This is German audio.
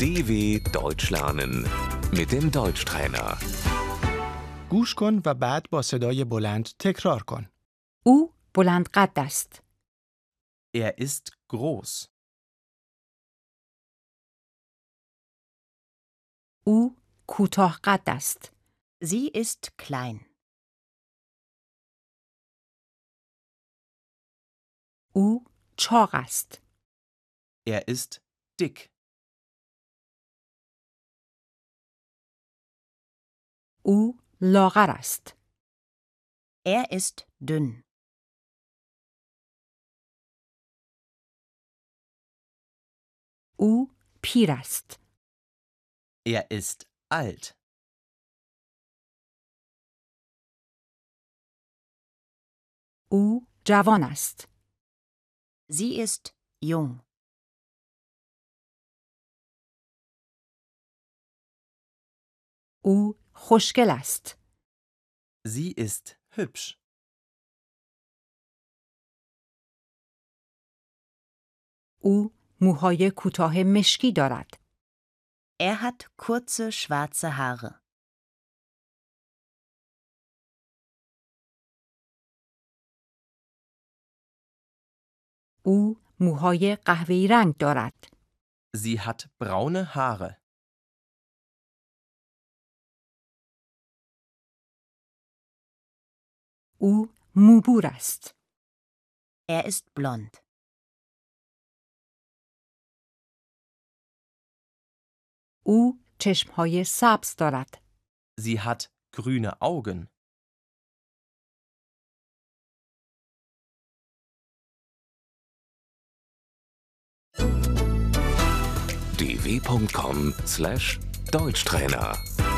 DW Deutsch lernen mit dem Deutschtrainer. گوش کن و بعد با صدای بلند تکرار کن. او بلند قد است. Er ist groß. او کوتاه قد است. Sie ist klein. او چاق است. Er ist dick. او لاغر است. Er ist dünn. او پیر است. Er ist alt. او جوان است. Sie ist jung. او خوشگل است. Sie ist hübsch. او موهای کوتاه مشکی دارد. Er hat kurze schwarze Haare. او موهای قهوه‌ای رنگ دارد. Sie hat braune Haare. او موبور است. Er ist blond. او چشمهای سبز دارد. Sie hat grüne Augen. dw.com/deutschtrainer